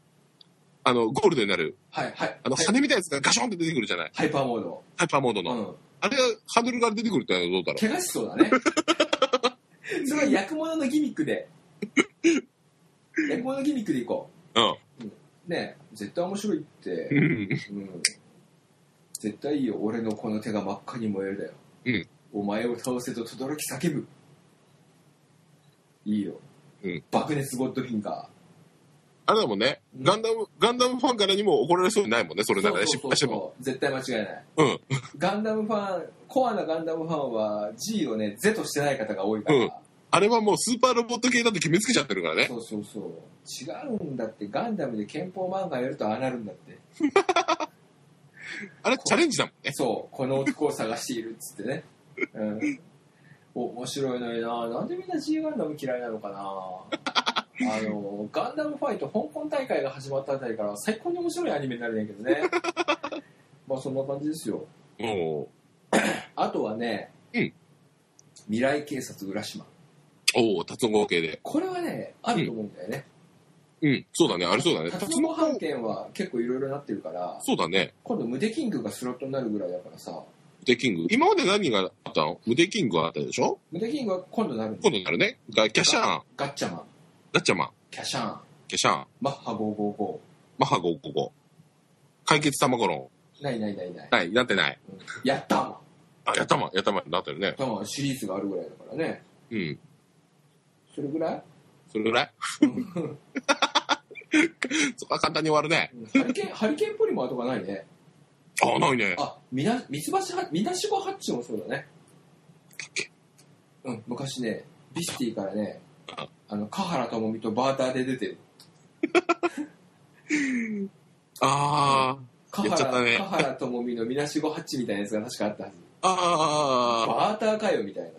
[SPEAKER 2] あの、ゴールドになる。
[SPEAKER 1] はいはい
[SPEAKER 2] あの、
[SPEAKER 1] はい
[SPEAKER 2] 羽みたいなやつがガションって出てくるじゃない。
[SPEAKER 1] ハイパーモード
[SPEAKER 2] ハイパーモード
[SPEAKER 1] う
[SPEAKER 2] の。
[SPEAKER 1] ん
[SPEAKER 2] あれがハンドルから出てくるってのはどうだろ
[SPEAKER 1] 怪我しそうだ
[SPEAKER 2] [laughs]
[SPEAKER 1] ねそれは役物のギミックで役物のギミックでいこ
[SPEAKER 2] う。
[SPEAKER 1] うねえ絶対面白いって
[SPEAKER 2] うん。うん。
[SPEAKER 1] うん絶対いいよ俺のこの手が真っ赤に燃えるだよ、
[SPEAKER 2] うん
[SPEAKER 1] お前を倒せと轟き叫ぶいいよ、
[SPEAKER 2] うん
[SPEAKER 1] 爆熱ゴッドフィンガ
[SPEAKER 2] あれだもんね。
[SPEAKER 1] うん
[SPEAKER 2] ガンダム、ガンダムファンからにも怒られそうにないもんね。それ
[SPEAKER 1] ー
[SPEAKER 2] ならね、
[SPEAKER 1] そうそう
[SPEAKER 2] 失
[SPEAKER 1] そう
[SPEAKER 2] 敗しても。
[SPEAKER 1] 絶対間違いない
[SPEAKER 2] うん。
[SPEAKER 1] ガンダムファンコアなガンダムファンは G をね「ゼ」としてない方が多いから、
[SPEAKER 2] うんあれはもうスーパーロボット系だって決めつけちゃってるからね。
[SPEAKER 1] そうそうそう違うんだってガンダムで憲法漫画やるとああなるんだって
[SPEAKER 2] あれチャレンジだもんね。
[SPEAKER 1] そうこの男を探しているっつって
[SPEAKER 2] [laughs]
[SPEAKER 1] ね、うん、お面白いのにななんでみんな G ガンダム嫌いなの
[SPEAKER 2] [laughs]
[SPEAKER 1] かなあのガンダムファイト香港大会が始まったあたりから最高に面白いアニメになるんやけど
[SPEAKER 2] [laughs]
[SPEAKER 1] ねまあそんな感じですよ
[SPEAKER 2] おう
[SPEAKER 1] あとはね、
[SPEAKER 2] うん
[SPEAKER 1] 未来警察浦島
[SPEAKER 2] おう達音合系で。
[SPEAKER 1] これはねあると思うんだよね、
[SPEAKER 2] うん。そうだね。あれそうだね。
[SPEAKER 1] タ
[SPEAKER 2] 達
[SPEAKER 1] ツノ
[SPEAKER 2] 音
[SPEAKER 1] コ飯店は結構いろいろなってるから
[SPEAKER 2] そうだね。
[SPEAKER 1] 今度ムデキングがスロットになるぐらいだからさ
[SPEAKER 2] 無敵キング。今まで何があったの無敵キングはあったでしょ
[SPEAKER 1] ムデキングは今度なるんだ
[SPEAKER 2] 今度になるね。がキャシャーン。
[SPEAKER 1] ガッチャマン
[SPEAKER 2] ガッチャマン。
[SPEAKER 1] キャシャーン
[SPEAKER 2] キャシャーン。
[SPEAKER 1] マッハ555
[SPEAKER 2] マッハ555。解決卵論。
[SPEAKER 1] ないないないない。
[SPEAKER 2] ない、なってない。
[SPEAKER 1] うんやったもん。
[SPEAKER 2] あ、やったま、やったま、なってるね。
[SPEAKER 1] 多分シリーズがあるぐらいだからね。
[SPEAKER 2] うん。
[SPEAKER 1] それぐらい
[SPEAKER 2] それぐ [laughs] らいそこは簡単に終わるね。
[SPEAKER 1] うんハリ
[SPEAKER 2] [laughs]
[SPEAKER 1] ケーン、ハリケーンポリマーとかないね。
[SPEAKER 2] あ、ないね。
[SPEAKER 1] あ、みな、ミツバシハ、みなしごハッチもそうだね。うん、昔ね、ビスティからね、あの、カハラともみとバーターで出てる。
[SPEAKER 2] あー。
[SPEAKER 1] カ
[SPEAKER 2] やっちゃったね
[SPEAKER 1] ハラともみのみなしごハッチみたいなやつが確かあったはず。
[SPEAKER 2] あ
[SPEAKER 1] バーターかよ、みたいな。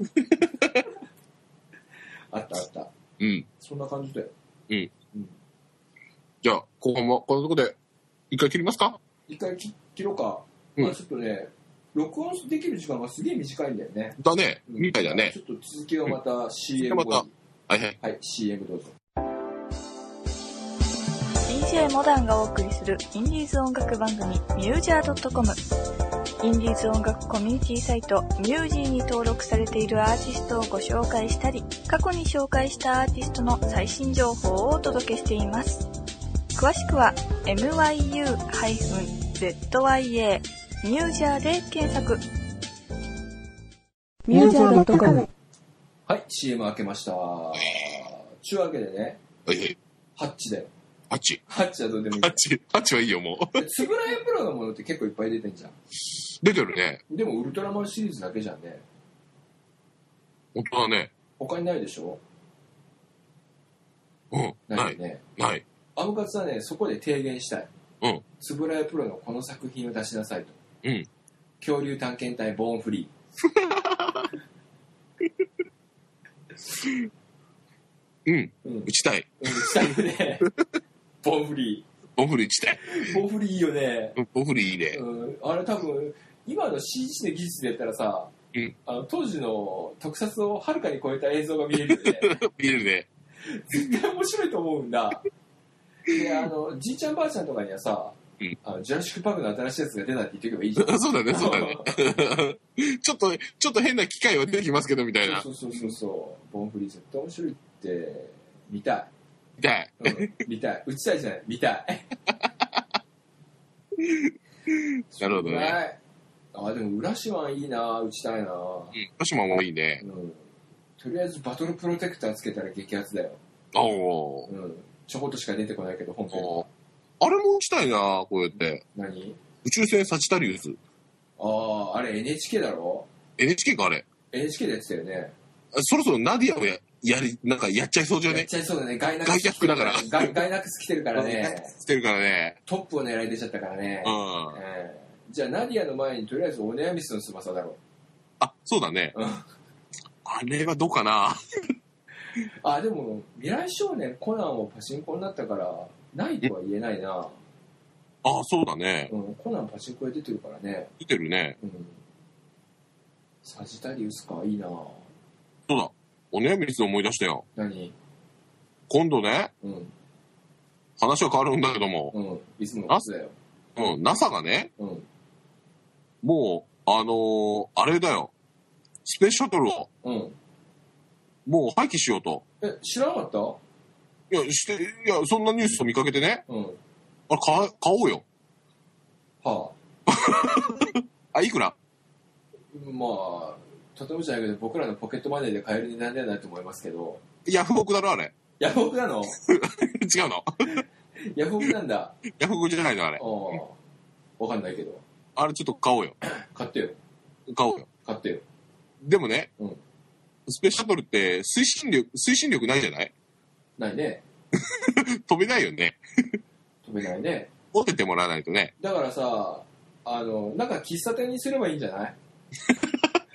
[SPEAKER 1] [laughs] あったあった。
[SPEAKER 2] ー。うん。
[SPEAKER 1] そんな感じだよ。
[SPEAKER 2] うん。
[SPEAKER 1] うん。
[SPEAKER 2] じゃあ、後半もこのとこで、一回切りますか
[SPEAKER 1] 一回切切ろうか、
[SPEAKER 2] うん
[SPEAKER 1] まあちょっとね録音できる時間がすげえ短いんだよね、
[SPEAKER 2] だね。
[SPEAKER 1] うん
[SPEAKER 2] みたいだね
[SPEAKER 1] ち。ょっと続きはまた CM 後
[SPEAKER 2] ま
[SPEAKER 1] に、
[SPEAKER 2] たはいはい。
[SPEAKER 1] はい CM どうぞ
[SPEAKER 4] DJ モダンがお送りするインディーズ音楽番組ミュージャー .com インディーズ音楽コミュニティサイトミュージーに登録されているアーティストをご紹介したり過去に紹介したアーティストの最新情報をお届けしています詳しくは myu-zya ミュージャーで検索
[SPEAKER 5] ミュージャー .com
[SPEAKER 1] はい CM 開けましたちゅうわけでね
[SPEAKER 2] はいはい。
[SPEAKER 1] ハッチだよ
[SPEAKER 2] あっち。
[SPEAKER 1] ハッチはどうで
[SPEAKER 2] [laughs]
[SPEAKER 1] もいい
[SPEAKER 2] あっち。あっちはいいよ、もう。
[SPEAKER 1] つぶらやプロのものって結構いっぱい出てんじゃん
[SPEAKER 2] 出てるね。
[SPEAKER 1] でもウルトラマンシリーズだけじゃんね
[SPEAKER 2] 本当だね。
[SPEAKER 1] 他にないでしょ
[SPEAKER 2] うん。
[SPEAKER 1] な
[SPEAKER 2] ないい。
[SPEAKER 1] よね
[SPEAKER 2] ない。
[SPEAKER 1] アムカツはねそこで提言したい
[SPEAKER 2] うん
[SPEAKER 1] つぶらやプロのこの作品を出しなさいと
[SPEAKER 2] うん。
[SPEAKER 1] 恐竜探検隊ボーンフリ
[SPEAKER 2] うん。
[SPEAKER 1] ーうん
[SPEAKER 2] 打ちたい。
[SPEAKER 1] うんしたいよね。 [laughs] ボンフリ
[SPEAKER 2] ボンフリ打ちたい。
[SPEAKER 1] ー。ボンフリーいいよね。
[SPEAKER 2] うんボンフリいいね。
[SPEAKER 1] うん、あれ多分、今の CG の技術でやったらさ、
[SPEAKER 2] うん
[SPEAKER 1] あの当時の特撮をはるかに超えた映像が見れるよね。
[SPEAKER 2] 見れるね。 [laughs]
[SPEAKER 1] 絶対面白いと思うんだ。で、あの、じいちゃんばあちゃんとかにはさ、
[SPEAKER 2] うん
[SPEAKER 1] あのジュラシック・パークの新しいやつが出たって言っておけばいいじゃん。
[SPEAKER 2] そうだね、 [laughs] そうだね。ちょっと、ちょっと変な機械は出てきますけど、みたいな
[SPEAKER 1] そ。うそうそうそう。ボンフリー絶対面白いって、見たい。
[SPEAKER 2] 痛い。
[SPEAKER 1] うん、見たい。打ちたいじゃない見たい。
[SPEAKER 2] なるほどね。
[SPEAKER 1] はい。あ、でも、浦島いいな打ちたいな
[SPEAKER 2] うん。鹿島もいいね。
[SPEAKER 1] うんとりあえずバトルプロテクターつけたら激アツだよ、
[SPEAKER 2] おー。
[SPEAKER 1] うん、ちょこっとしか出てこないけど本編
[SPEAKER 2] おーあれも打ちたいな、こうやって。
[SPEAKER 1] 何
[SPEAKER 2] 宇宙船サチタリウス。
[SPEAKER 1] あああれ NHK だろ
[SPEAKER 2] NHK か、あれ。
[SPEAKER 1] NHK でやってたよね
[SPEAKER 2] あそろそろナディアをや、やり、なんかやっちゃいそうじゃ
[SPEAKER 1] やっ
[SPEAKER 2] ね
[SPEAKER 1] ちゃいそうだねガイナッ
[SPEAKER 2] ガイナックだから
[SPEAKER 1] ガイガイナックス来てるからね
[SPEAKER 2] してるからね。
[SPEAKER 1] トップを狙い出ちゃったからね
[SPEAKER 2] う、ん。
[SPEAKER 1] ええじゃあナディアの前にとりあえずオネアミスの翼だろ
[SPEAKER 2] あ、そうだね。
[SPEAKER 1] うん
[SPEAKER 2] あれはどうかな。
[SPEAKER 1] あでも未来少年コナンはパチンコになったからないとは言えないな、
[SPEAKER 2] あ、そうだね。
[SPEAKER 1] うん、コナンパチンコで出てるからね、
[SPEAKER 2] 出てるね。
[SPEAKER 1] うん、サジタリウスかいいな
[SPEAKER 2] そうだ。おねやみつ思い出したよ。
[SPEAKER 1] 何
[SPEAKER 2] 今度ね、
[SPEAKER 1] うん
[SPEAKER 2] 話は変わるんだけども、
[SPEAKER 1] うんいつものことだよ
[SPEAKER 2] うん、NASA がね、
[SPEAKER 1] うん
[SPEAKER 2] もう、あのーあれだよ。スペースシャトルを、
[SPEAKER 1] うん
[SPEAKER 2] もう廃棄しようと。
[SPEAKER 1] え知らなかった
[SPEAKER 2] いや、して、いや、そんなニュースを見かけてね、
[SPEAKER 1] うん
[SPEAKER 2] あれ、買買おうよ。
[SPEAKER 1] はあ
[SPEAKER 2] あ、いくら
[SPEAKER 1] まあとてもじゃないけど僕らのポケットマネーで買える値段ではないと思いますけど
[SPEAKER 2] ヤフオクだろ、あれ。 [laughs]
[SPEAKER 1] ヤフオクなの
[SPEAKER 2] 違うの。
[SPEAKER 1] ヤフオクなんだ
[SPEAKER 2] ヤフオクじゃないの、あれ。
[SPEAKER 1] ああわかんないけど
[SPEAKER 2] あれ、ちょっと買おうよ。
[SPEAKER 1] 買ってよ
[SPEAKER 2] 買おうよ。
[SPEAKER 1] 買ってよ
[SPEAKER 2] でもね、
[SPEAKER 1] うん
[SPEAKER 2] スペースシャトルって推進力、推進力ないじゃない
[SPEAKER 1] ないね
[SPEAKER 2] 飛べないよね。
[SPEAKER 1] 飛べないね
[SPEAKER 2] 持ってってもらわないとね。
[SPEAKER 1] だからさあのなんか喫茶店にすればいいんじゃない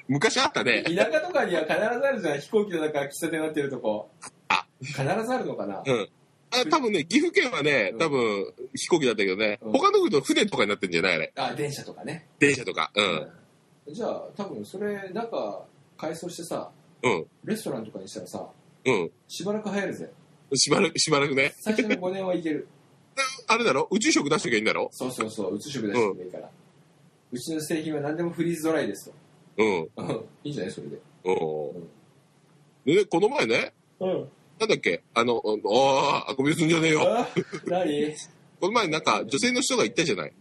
[SPEAKER 2] 昔あったね。
[SPEAKER 1] 田舎とかには必ずあるじゃん飛行機の中喫茶店になってるとこ
[SPEAKER 2] あ
[SPEAKER 1] 必ずあるのかな
[SPEAKER 2] うん。あ多分ね、岐阜県はね、多分飛行機だったけどね、
[SPEAKER 1] うん
[SPEAKER 2] 他の国と船とかになってんじゃないあれ。
[SPEAKER 1] あ電車とかね
[SPEAKER 2] 電車とか。うん。
[SPEAKER 1] うんじゃあ多分それ中改装してさ
[SPEAKER 2] うん。
[SPEAKER 1] レストランとかにしたらさ
[SPEAKER 2] う
[SPEAKER 1] しばらく入るぜ
[SPEAKER 2] ん。しばらく、しばらくね。
[SPEAKER 1] 最初の5年はいける
[SPEAKER 2] [laughs] あれだろ宇宙食出しときゃいいんだろ
[SPEAKER 1] そうそうそう、宇宙食出してもいいから。うちの製品は何でもフリーズドライです
[SPEAKER 2] うん。
[SPEAKER 1] と。 [laughs] いいんじゃないそれで。
[SPEAKER 2] うん。でね、この前ね、
[SPEAKER 1] うん。
[SPEAKER 2] なんだっけあの、うんあーあ、ごめんすんじゃねえよ。
[SPEAKER 1] あ何
[SPEAKER 2] この前なんか女性の人が言ったじゃない。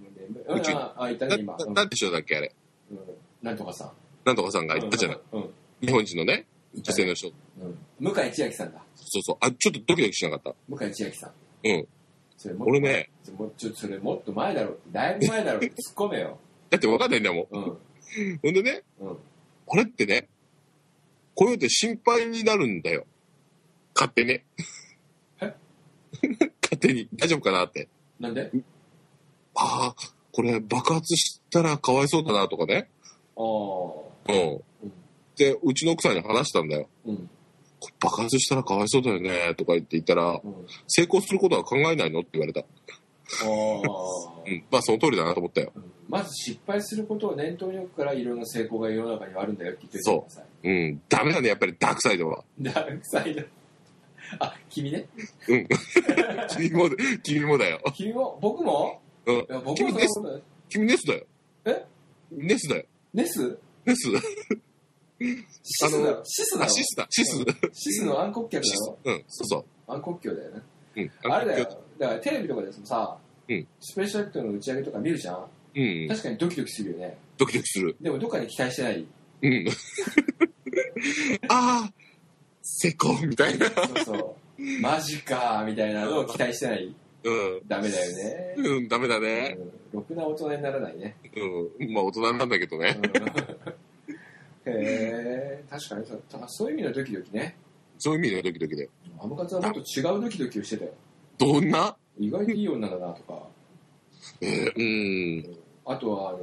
[SPEAKER 1] う
[SPEAKER 2] [laughs] 宇宙
[SPEAKER 1] ん、あ、あいた
[SPEAKER 2] な、
[SPEAKER 1] ね、今。
[SPEAKER 2] ななんて人だっけあれ。
[SPEAKER 1] うんなんとかさん。
[SPEAKER 2] なんとかさんが言ったじゃない。
[SPEAKER 1] うん。
[SPEAKER 2] 日本人のね、
[SPEAKER 1] い
[SPEAKER 2] 女
[SPEAKER 1] た
[SPEAKER 2] 性
[SPEAKER 1] ね
[SPEAKER 2] の人。
[SPEAKER 1] うん向井千秋さんだ。
[SPEAKER 2] そうそう。あ、ちょっとドキドキしなかった。
[SPEAKER 1] 向井千秋さん。
[SPEAKER 2] うん。
[SPEAKER 1] それもっと
[SPEAKER 2] 俺。ね、
[SPEAKER 1] ちょもうちょ、それもっと前だろって。だいぶ前だ
[SPEAKER 2] [laughs]
[SPEAKER 1] ろって突っ込めよ。
[SPEAKER 2] だってわかんないんだもん。
[SPEAKER 1] うん。
[SPEAKER 2] ほんでね、
[SPEAKER 1] うん。
[SPEAKER 2] これってね、こういうのって心配になるんだよ。勝手に [laughs] ね。
[SPEAKER 1] え
[SPEAKER 2] 勝手に。大丈夫かなって。
[SPEAKER 1] なんで
[SPEAKER 2] ああ、これ爆発したらかわいそうだなとかね。
[SPEAKER 1] ああ。
[SPEAKER 2] うん。で、うちの奥さんに話したんだよ。
[SPEAKER 1] うん。
[SPEAKER 2] これ爆発したらかわいそうだよねとか言って言ったら
[SPEAKER 1] う、ん。
[SPEAKER 2] 成功することは考えないのって言われた。
[SPEAKER 1] あ
[SPEAKER 2] う
[SPEAKER 1] あ。
[SPEAKER 2] ん。まあその通りだなと思ったよ。
[SPEAKER 1] うんまず失敗することを念頭に置くからいろんな成功が世の中にはあるんだよって言っておいてください。
[SPEAKER 2] うん。ダメだね、やっぱりダークサイドは。
[SPEAKER 1] ダークサイド。あ、君ね。
[SPEAKER 2] うん。君も、君もだよ。
[SPEAKER 1] 君も、僕も
[SPEAKER 2] うん
[SPEAKER 1] いや、僕もそんなことない。
[SPEAKER 2] 君ネスだよ。
[SPEAKER 1] え
[SPEAKER 2] ネスだよ。
[SPEAKER 1] ネス
[SPEAKER 2] ネス。
[SPEAKER 1] シスだ
[SPEAKER 2] あ
[SPEAKER 1] ろ。シスだ
[SPEAKER 2] あ、
[SPEAKER 1] ろ。
[SPEAKER 2] シスだ。シス。
[SPEAKER 1] シスの暗黒客だ
[SPEAKER 2] シス
[SPEAKER 1] ろ。
[SPEAKER 2] うん、そうそ
[SPEAKER 1] 暗黒鏡だよね。
[SPEAKER 2] う。うん。
[SPEAKER 1] あれだよ。だからテレビとかでさ、
[SPEAKER 2] うん
[SPEAKER 1] スペシャルトの打ち上げとか見るじゃん
[SPEAKER 2] うん。
[SPEAKER 1] 確かにドキドキするよね。
[SPEAKER 2] ドキドキする。
[SPEAKER 1] でもどっかに期待してない。
[SPEAKER 2] うん。 [laughs] ああ、成功みたいな。
[SPEAKER 1] そうそう。マジかーみたいなのを期待してない。
[SPEAKER 2] うん。
[SPEAKER 1] ダメだよね。
[SPEAKER 2] うん、ダメだ
[SPEAKER 1] う
[SPEAKER 2] ね。
[SPEAKER 1] んろくな大人にならないね。
[SPEAKER 2] うん。まあ、大人なんだけどね。
[SPEAKER 1] うんへえ、確かにそうだからそういう意味のドキドキね。
[SPEAKER 2] そういう意味ではドキドキだよ。
[SPEAKER 1] アムカツはもっと違うドキドキをしてたよ。
[SPEAKER 2] どんな
[SPEAKER 1] 意外といい女だなとか、
[SPEAKER 2] えーうん。
[SPEAKER 1] あとは、あの、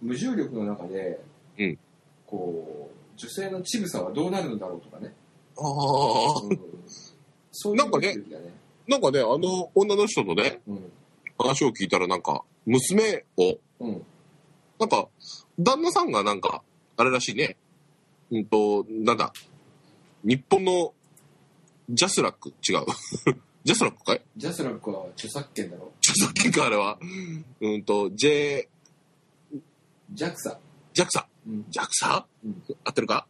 [SPEAKER 1] 無重力の中で、
[SPEAKER 2] うん
[SPEAKER 1] こう、女性の乳房はどうなるのだろうとかね。
[SPEAKER 2] ああ。
[SPEAKER 1] うんそういうドキドキだね。
[SPEAKER 2] なんかね、あの、女の人のね、
[SPEAKER 1] うん。
[SPEAKER 2] 話を聞いたらなんか、娘を、
[SPEAKER 1] うん。
[SPEAKER 2] なんか、旦那さんがなんか、あれらしいね。うんと、なんだ。日本の、ジャスラック違う。 [laughs] ジャスラックかい
[SPEAKER 1] ジャスラックは著作権だろ。
[SPEAKER 2] 著作権か、あれは。うんと、J、
[SPEAKER 1] ジャクサ。
[SPEAKER 2] ジャクサ。
[SPEAKER 1] うん。
[SPEAKER 2] ジャクサ
[SPEAKER 1] うん
[SPEAKER 2] 合ってるか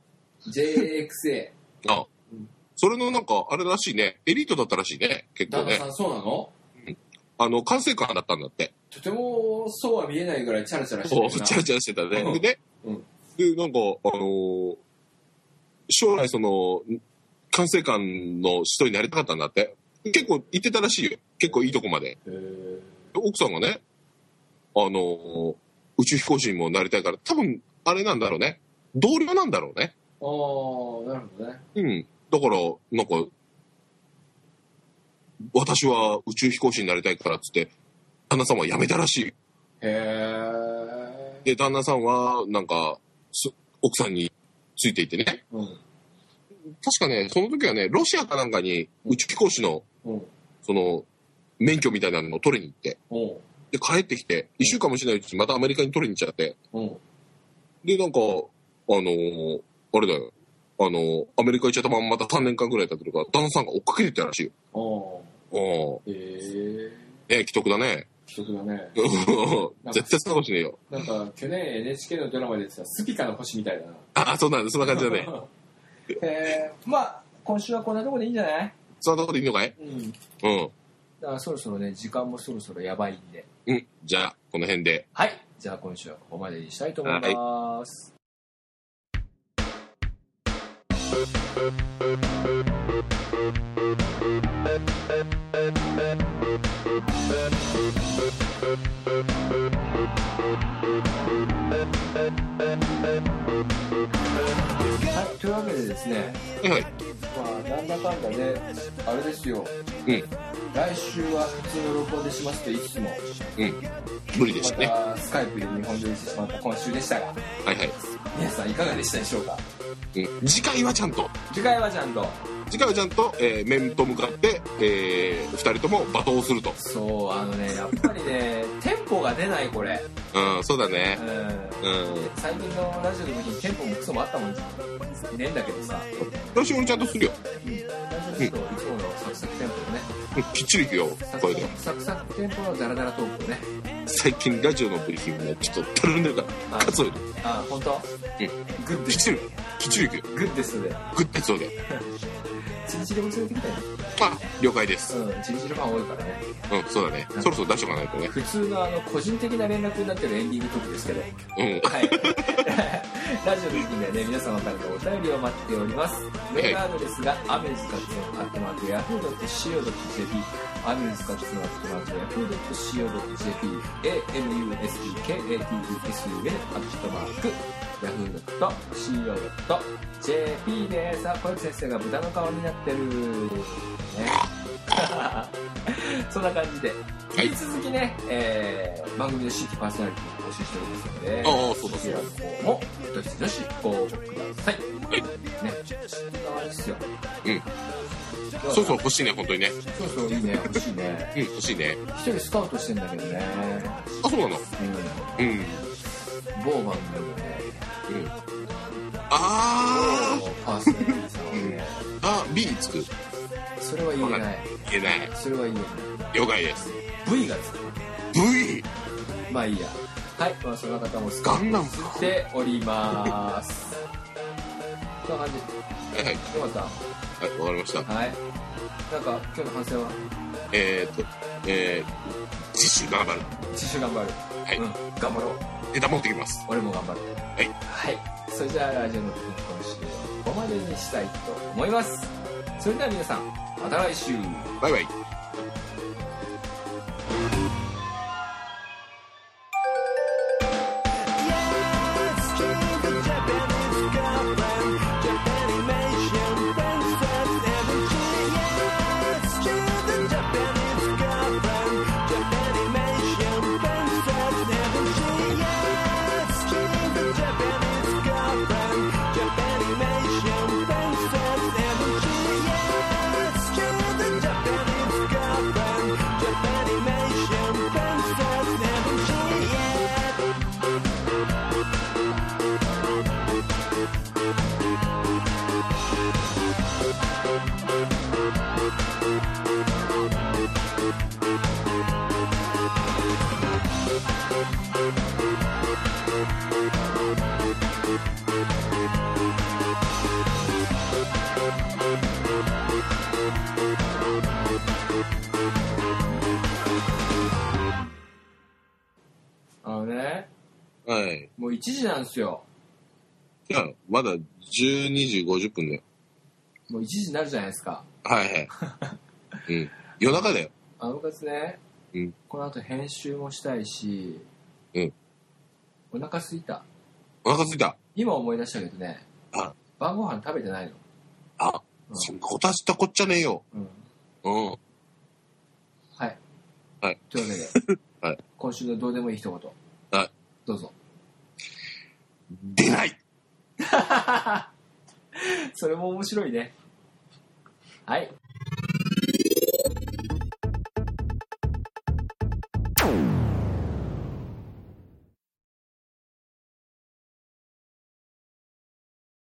[SPEAKER 1] JXA。
[SPEAKER 2] あ
[SPEAKER 1] うん
[SPEAKER 2] それのなんか、あれらしいね。エリートだったらしいね。結構
[SPEAKER 1] 旦那
[SPEAKER 2] ね
[SPEAKER 1] さ。んそうなの
[SPEAKER 2] あの、管制官だったんだって。
[SPEAKER 1] とてもそうは見えないぐらいチャラチャラして
[SPEAKER 2] こう、チャラ
[SPEAKER 1] る
[SPEAKER 2] チャラしてた
[SPEAKER 1] う
[SPEAKER 2] ね。
[SPEAKER 1] ん
[SPEAKER 2] でね、
[SPEAKER 1] うん
[SPEAKER 2] で、なんか、あのー将来その、管制官の人になりたかったんだって。結構行ってたらしいよ。結構いいとこまで。
[SPEAKER 1] な。へえ
[SPEAKER 2] 奥さんがね、あのー宇宙飛行士にもなりたいから、多分、あれなんだろうね。同僚なんだろうね。
[SPEAKER 1] あー、なるほどね。
[SPEAKER 2] うん。だから、なんか、私は宇宙飛行士になりたいからっつって、旦那さんは辞めたらしい。
[SPEAKER 1] へえ。
[SPEAKER 2] で、旦那さんは、なんか、す奥さんについていてね。
[SPEAKER 1] うん。
[SPEAKER 2] 確かね、その時はね、ロシアかなんかに宇宙飛行士の、
[SPEAKER 1] うん。
[SPEAKER 2] その、免許みたいなのを取りに行って、
[SPEAKER 1] うん。
[SPEAKER 2] で、帰ってきて、一週間もしないうちにまたアメリカに取りに行っちゃって、
[SPEAKER 1] うん。
[SPEAKER 2] で、なんか、あのーあれだよ。あのーアメリカ行っちゃったまんままた3年間ぐらい経ってるから、旦那さんが追っかけてったらしいよ。
[SPEAKER 1] ああ。
[SPEAKER 2] あ
[SPEAKER 1] へえ。
[SPEAKER 2] あ、ね既得だね。 [laughs]
[SPEAKER 1] 奇特だね。
[SPEAKER 2] うん絶対そんなことしねえよ。
[SPEAKER 1] なんか、去年 NHK のドラマでさ、スピカの星みたいだな。
[SPEAKER 2] ああ、そうなんだ、そんな感じだね。
[SPEAKER 1] えー、まあ、今週はこんなとこでいいんじゃない
[SPEAKER 2] そんなとこでいいのかい
[SPEAKER 1] うん。
[SPEAKER 2] うん。
[SPEAKER 1] だからそろそろね、時間もそろそろやばいんで。
[SPEAKER 2] うん。じゃあ、この辺で。
[SPEAKER 1] はい。じゃあ今週はここまでにしたいと思います。はい。というわけでですね、
[SPEAKER 2] はいはい。
[SPEAKER 1] まあ、なんだかんだね、あれですよ。
[SPEAKER 2] うん。
[SPEAKER 1] 来週は普通の録音でしますと言いつつも、
[SPEAKER 2] 無理でしたね。
[SPEAKER 1] またスカイプで日本撮りしてしまった今週でしたが
[SPEAKER 2] はいはい。
[SPEAKER 1] 皆さんいかがでしたでしょうか
[SPEAKER 2] うん次回はちゃんと、
[SPEAKER 1] 次回はちゃんと
[SPEAKER 2] 次回はちゃんと、えー面と向かって、えー、二人とも罵倒すると。
[SPEAKER 1] そうあの [laughs] ねやっぱりねテンポが出ないこれ
[SPEAKER 2] うん、そうだ
[SPEAKER 1] う
[SPEAKER 2] ね。
[SPEAKER 1] ん
[SPEAKER 2] うん。
[SPEAKER 1] 最近のラジオの時にテンポもクソもあったもんねえんだけどさ
[SPEAKER 2] よし、俺ちゃんとするよ。
[SPEAKER 1] 最初ちょっといつものサクサクテンポのね
[SPEAKER 2] うんきっちりいくよ、
[SPEAKER 1] サ
[SPEAKER 2] こ
[SPEAKER 1] クサ
[SPEAKER 2] れで。
[SPEAKER 1] クサクサクテンポのダラダラトークをね
[SPEAKER 2] 最近ラジオのブリーフィングねちょっとたるんでるから
[SPEAKER 1] あ
[SPEAKER 2] カツオよ
[SPEAKER 1] あ本当
[SPEAKER 2] り
[SPEAKER 1] グッ
[SPEAKER 2] うんきっちりきっちりいくよ
[SPEAKER 1] グッですで
[SPEAKER 2] グッてそうで
[SPEAKER 1] チリチリも連れてきたよ
[SPEAKER 2] あ了解です
[SPEAKER 1] うんチリチリファン多いからね
[SPEAKER 2] うんそうだねそろそろ出しとかないとね
[SPEAKER 1] 普通のあの個人的な連絡になってるエンディングトークですけど
[SPEAKER 2] うん
[SPEAKER 1] はい。ラジオの時にはね、皆様からのお便りを待っております。メールアドレスが、アメーズカツオンアットマークヤフー .co.jp、アメーズカツオンアットマークヤフー .co.jp、amuskatuse アットマーク、ヤフー .co.jp です。あ、小雪先生が豚の顔になってる。ね。 [laughs] そんな感じで、
[SPEAKER 2] い
[SPEAKER 1] 引き続きね、えー番組の新規パーソナリティを募集しておりますので、
[SPEAKER 2] ああそうだそうだ
[SPEAKER 1] こちらの方も、どしどしご応募ください。ね、こんな感じですよ。
[SPEAKER 2] うんそ
[SPEAKER 1] そうう
[SPEAKER 2] そ
[SPEAKER 1] そうう。
[SPEAKER 2] 欲しいね本当にね
[SPEAKER 1] そうそう、いいね、欲しいね。
[SPEAKER 2] うん欲しいね
[SPEAKER 1] 一人スカウトしてんだけどね、
[SPEAKER 2] あそうなのうんう
[SPEAKER 1] う
[SPEAKER 2] ん
[SPEAKER 1] ん、某番組の
[SPEAKER 2] [laughs]
[SPEAKER 1] ね、
[SPEAKER 2] あ
[SPEAKER 1] 某パーソナリティさんはね、
[SPEAKER 2] ーあ B つく
[SPEAKER 1] それは言えない。
[SPEAKER 2] 言えない
[SPEAKER 1] それは言えない。
[SPEAKER 2] 了解です
[SPEAKER 1] V がつく。
[SPEAKER 2] V
[SPEAKER 1] まあいいや。はい、まあその方もスカウ
[SPEAKER 2] ガ
[SPEAKER 1] ト
[SPEAKER 2] ンダムか
[SPEAKER 1] しております。こんな感じ。
[SPEAKER 2] はいはい
[SPEAKER 1] よかっ
[SPEAKER 2] はいわかりました
[SPEAKER 1] た。はい。なんか、今日の反省は
[SPEAKER 2] えーっとえー次週頑張る
[SPEAKER 1] 自主頑張る。
[SPEAKER 2] はい
[SPEAKER 1] うん。頑張ろう。
[SPEAKER 2] ネタ持ってきます
[SPEAKER 1] 俺も頑張る。
[SPEAKER 2] はい
[SPEAKER 1] はい。それじゃあ、ラジオの時に今週はここまでにしたいと思います。それでは皆さん、また来週。
[SPEAKER 2] バイバイ
[SPEAKER 1] あのね、
[SPEAKER 2] はい
[SPEAKER 1] もう1時なんですよ。
[SPEAKER 2] じゃあまだ12時50分だよ
[SPEAKER 1] もう1時になるじゃないですか。
[SPEAKER 2] はいはいうん夜中だよ
[SPEAKER 1] あのかつね、
[SPEAKER 2] うん
[SPEAKER 1] この後編集もしたいし、
[SPEAKER 2] うん
[SPEAKER 1] お腹すいた。
[SPEAKER 2] お腹すいた
[SPEAKER 1] 今思い出したけどね、
[SPEAKER 2] あ
[SPEAKER 1] 晩ご飯食べてないの。
[SPEAKER 2] あ、
[SPEAKER 1] うん
[SPEAKER 2] そんなことはしたこっちゃねえよ。
[SPEAKER 1] うん。
[SPEAKER 2] うん。
[SPEAKER 1] はい。
[SPEAKER 2] はい。 [laughs]
[SPEAKER 1] というわけで、
[SPEAKER 2] はい
[SPEAKER 1] 今週のどうでもいい一言。
[SPEAKER 2] はい。
[SPEAKER 1] どうぞ。
[SPEAKER 2] 出ない
[SPEAKER 1] それも面白いね。はい。